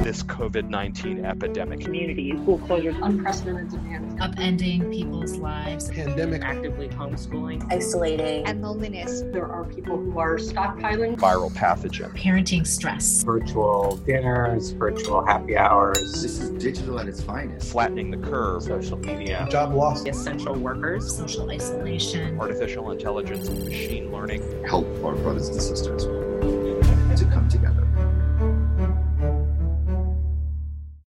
this COVID 19 epidemic. communities, school closures, unprecedented demand, upending people's lives. pandemic, actively homeschooling, isolating, and loneliness. there are people who are stockpiling. Viral pathogen. Parenting stress. virtual dinners, virtual happy hours, This is digital at its finest. Flattening the curve. social media. job loss, essential workers, Social isolation. Artificial intelligence, machine learning. Help our brothers and sisters to come together.